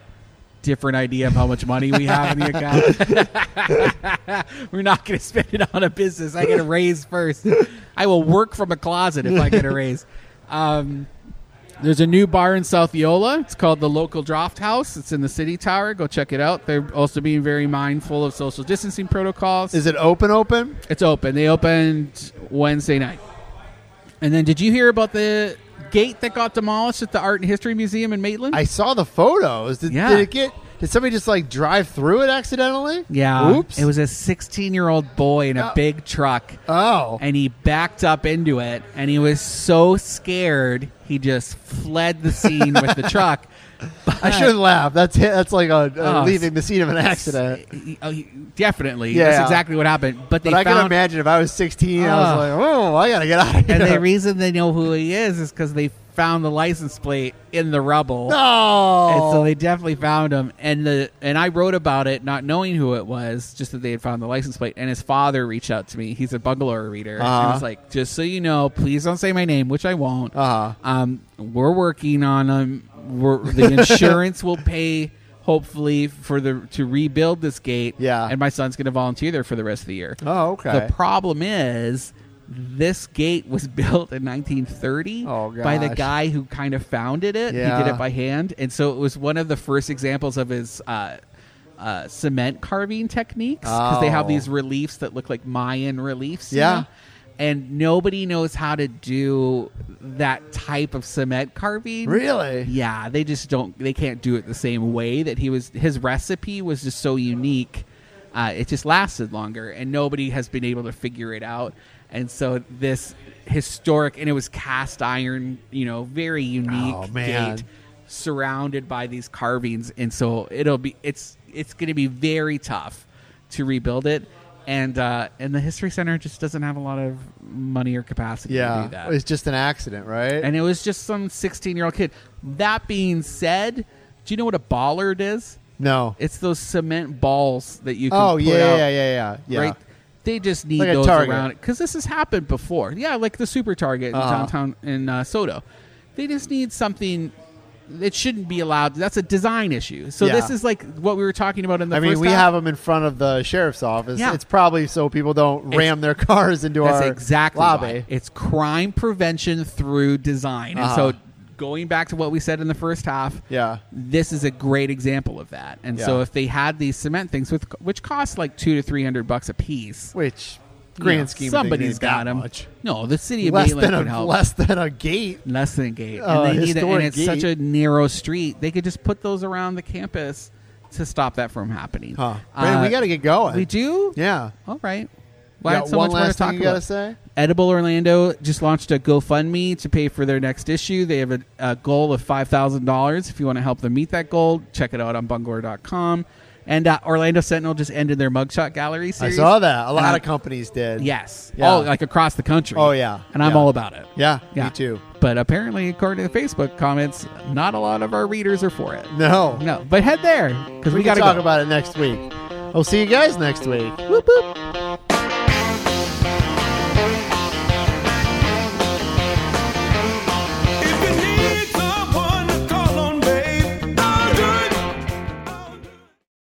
different idea of how much money we have in the account. We're not going to spend it on a business. I get a raise first. I will work from a closet if I get a raise. Um, there's a new bar in South Yola. It's called the Local Draft House. It's in the city tower. Go check it out. They're also being very mindful of social distancing protocols.
Is it open? Open?
It's open. They opened Wednesday night. And then, did you hear about the gate that got demolished at the Art and History Museum in Maitland?
I saw the photos. Did,
Yeah.
did it get? Did somebody just like drive through it accidentally?
Yeah.
Oops.
It was a 16 year old boy in a
Oh.
big truck.
Oh.
And he backed up into it and he was so scared he just fled the scene with
[LAUGHS]
the truck. But
I shouldn't laugh. That's that's like a, a
Oh,
leaving the scene of an accident.
He- oh, he- definitely.
Yeah.
That's exactly what happened. But they
But I can
found
imagine if I was 16, I
Oh.
was like, oh, I gotta get out of here.
and the reason they know who he is is because they found the license plate in the rubble.
no.
And so they definitely found him, and the and I wrote about it, not knowing who it was, just that they had found the license plate. And his father reached out to me. He's a bungalower reader. And he
Uh-huh.
was like, "Just so you know, please don't say my name, which I won't.
Uh-huh.
Um, we're working on um, we're, the insurance will pay." Hopefully, for the to rebuild this gate,
Yeah.
and my son's going to volunteer there for the rest of the year.
Oh, okay.
The problem is, this gate was [LAUGHS] built in 1930
Oh,
by the
gosh.
guy wy who kind of founded it. He did
Yeah.
it by hand, and so it was one of the first examples of his uh, uh, cement carving techniques because they have
Oh.
these reliefs that look like Mayan reliefs. you
Yeah.
know? and nobody knows how to do that type of cement carving.
Really?
Yeah, they just don't. They can't do it the same way that he was. His recipe was just so unique. Uh, it just lasted longer, and nobody has been able to figure it out. And so this historic, and it was cast iron, you know, very unique
Oh, man.
gate surrounded by these carvings, and so it'll be it's it's going to be very tough to rebuild it. And uh, and the history center just doesn't have a lot of money or capacity to do
yeah,
that
it's just an accident, right?
and it was just some 16 year old kid. That being said, do you know what a bollard is?
no.
It's those cement balls that you can
Oh
put
yeah,
out,
yeah, yeah, yeah, yeah.
right? They just need
Like a
those
target.
around because this has happened before. Yeah, like the super target in
Uh-huh.
downtown in uh, Soto. They just need something that shouldn't be allowed. That's a design issue. So
Yeah.
this is like what we were talking about in the.
I mean,
first
we
half.
have them in front of the sheriff's office.
Yeah.
It's probably so people don't ram their [LAUGHS] cars into
That's
our
exactly
lobby.
why. It's crime prevention through design.
Uh-huh.
And so going back to what we said in the first half,
Yeah.
this is a great example of that. And so
Yeah.
if they had these cement things with which cost like 2 to 300 bucks a piece,
Which
you
grand
know,
scheme,
somebody's
of things ain't that
got them.
Much.
No, the city of
Less
Maitland
than
could
a
help.
less than a gate.
less than gate.
Uh,
and they need it, and
historic
it's such a
gate.
narrow street. They could just put those around the campus to stop that from happening. Uh,
Huh. Brandon, we got to get going.
We do?
Yeah.
All right.
You
Well, I
got
had so
one
much more to
last
talk
thing you
about.
gotta say?
Edible Orlando just launched a GoFundMe to pay for their next issue. They have a, a goal of $5,000. If you want to help them meet that goal, check it out on bungalow.com. And uh, Orlando Sentinel just ended their mugshot gallery
I
series.
saw that. A lot
And I-
of companies did.
Yes.
Yeah.
All, like across the country.
Oh, yeah.
And I'm
Yeah.
all about it.
Yeah, Me too.
But apparently, according to Facebook comments, not a lot of our readers are for it.
No.
No, but head there because we,
We,
got
got
to
talk
go.
about it next week. I'll see you guys next week.
Whoop, whoop.